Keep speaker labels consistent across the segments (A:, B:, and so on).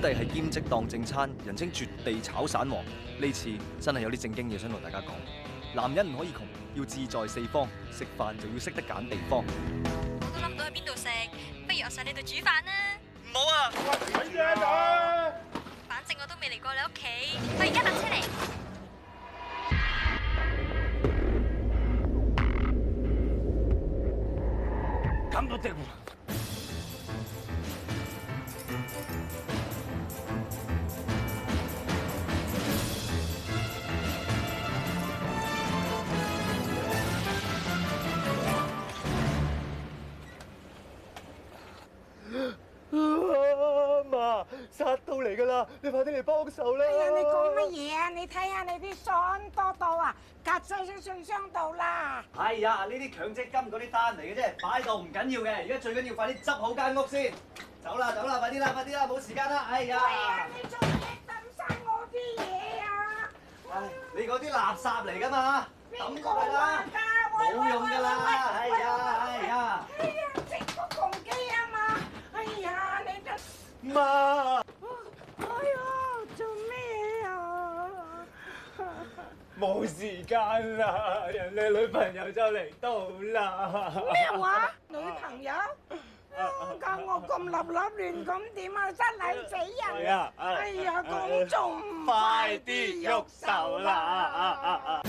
A: 弟係兼職當正餐，人稱絕地炒散王。呢次真係有啲正經嘢想同大家講。男人唔可以窮，要志在四方，食飯就要識得揀地方。
B: 我諗唔到喺邊度食，不如我上你度煮飯啦。
A: 唔好啊！
B: 反正我都未嚟過你屋企，我而家搭車嚟。
C: 阿嫲殺到嚟㗎啦！你快啲嚟幫手啦！
D: 哎呀，你講乜嘢啊？你睇下你啲信多到啊，夾晒喺信箱度啦！
E: 哎呀，呢啲強積金嗰啲單嚟嘅啫，擺到唔緊要嘅。而家最緊要快啲執好間屋先。走啦，走啦，快啲啦，快啲啦，冇時間啦。哎
D: 哎呀
E: 呀，，
D: 你做咩抌晒我啲嘢啊？
E: 唉哎你嗰啲垃圾嚟㗎嘛，抌
D: 邊個
E: 過佢啦
D: 話，㗎？喂
E: 冇用㗎啦哎呀！
D: 喂喂喂
E: 哎
D: 喂喂喂
E: 呀
D: 哎呀，食個公雞啊嘛！哎呀，你得
C: 媽，
D: 哎呀，做咩啊？
C: 冇時間啦，人哋女朋友就嚟到啦。
D: 咩話？女朋友？教我咁立立亂咁點啊？失禮死
C: 係
D: 人！
C: 啊，
D: 哎呀，
C: 講
D: 咁仲唔
C: 快啲喐手啦！啊啊啊！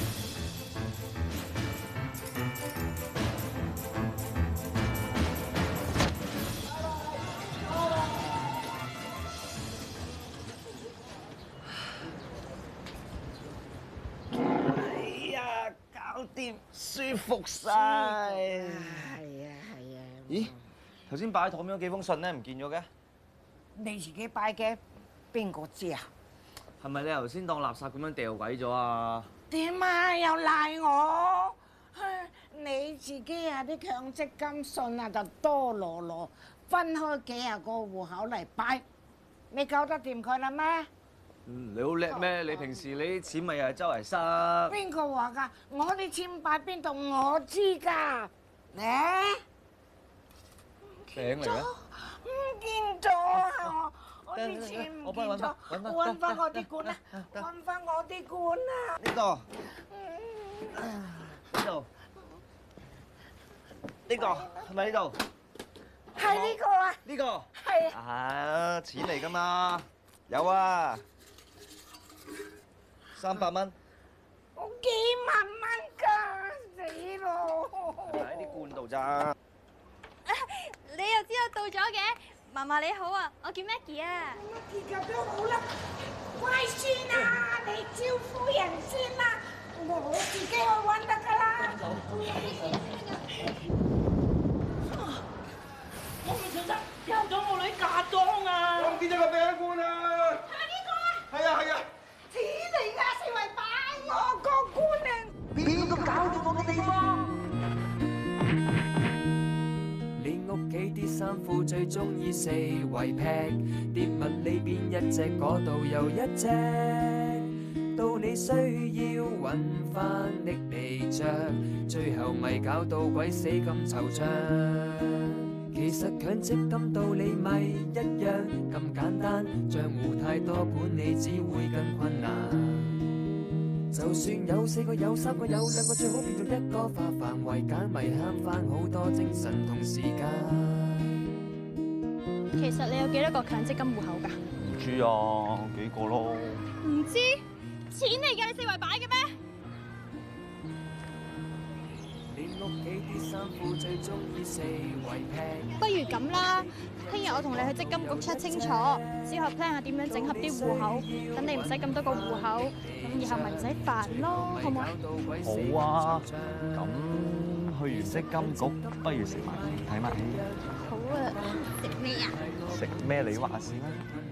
D: 係啊係啊，
A: 咦，頭先擺喺台面嗰幾封信咧唔見咗嘅，
D: 你自己擺嘅，邊個知啊？
A: 係咪你頭先當垃圾咁樣掉鬼咗啊？
D: 點啊？又賴我？唉你自己啊啲強積金信啊就多羅羅，分開幾廿個戶口嚟擺，你搞得掂佢啦咩？
A: 嗯你好叻咩？你平時你啲錢咪又係周圍塞。
D: 邊個話㗎？我啲錢擺邊度我知㗎，咧、
A: 餅嚟嘅。
D: 唔見咗啊！我我啲錢唔
A: 我幫
D: 見
A: 你揾返，
D: 咗
A: 揾返
D: 揾翻我啲罐啊！揾翻我啲罐啊！
A: 呢度，呢度，呢個係咪呢度？
D: 係呢個啊，
A: 呢個
D: 係啊
A: 啊，錢嚟噶嘛？有啊，三百蚊
D: 我幾萬蚊㗎，死咯！
A: 喺啲罐度咋？
B: 你又知道到咗嘅，嫲嫲你好啊，我叫 Maggie 啊。
D: 結腳都好啦，乖孫啊，你招呼人先啦，我自己去揾得㗎啦。
C: 我唔見咗個餅罐啊！係啊係啊，
D: 此地啊，四圍擺我個官啊！
F: 你屋企啲衫褲最中意四圍劈，啲物呢邊一隻，嗰度又一隻。到你需要揾翻拎嚟着，最後咪搞到鬼死咁惆悵。其實強積金道理咪一樣咁簡單，帳户太多管理只會更困難。就算有四個、有三個、有兩個，最好變做一個，化繁為簡，咪慳翻好多精神同時間。
B: 其實你有幾多個強積金户口㗎？
A: 唔知啊，幾個咯？
B: 唔知，錢嚟㗎，你四圍擺嘅咩？
F: 你屋企啲衫褲最中意四圍劈，
B: 不如咁啦，聽日我同你去積金局 check 清楚，之後 plan 下點樣整合啲户口，等你唔使咁多個户口，咁以後咪唔使煩咯，好唔好？
A: 好啊，咁去完積金局，不如食埋睇埋戲，
B: 好啊，食咩啊？
A: 食咩你話事啦？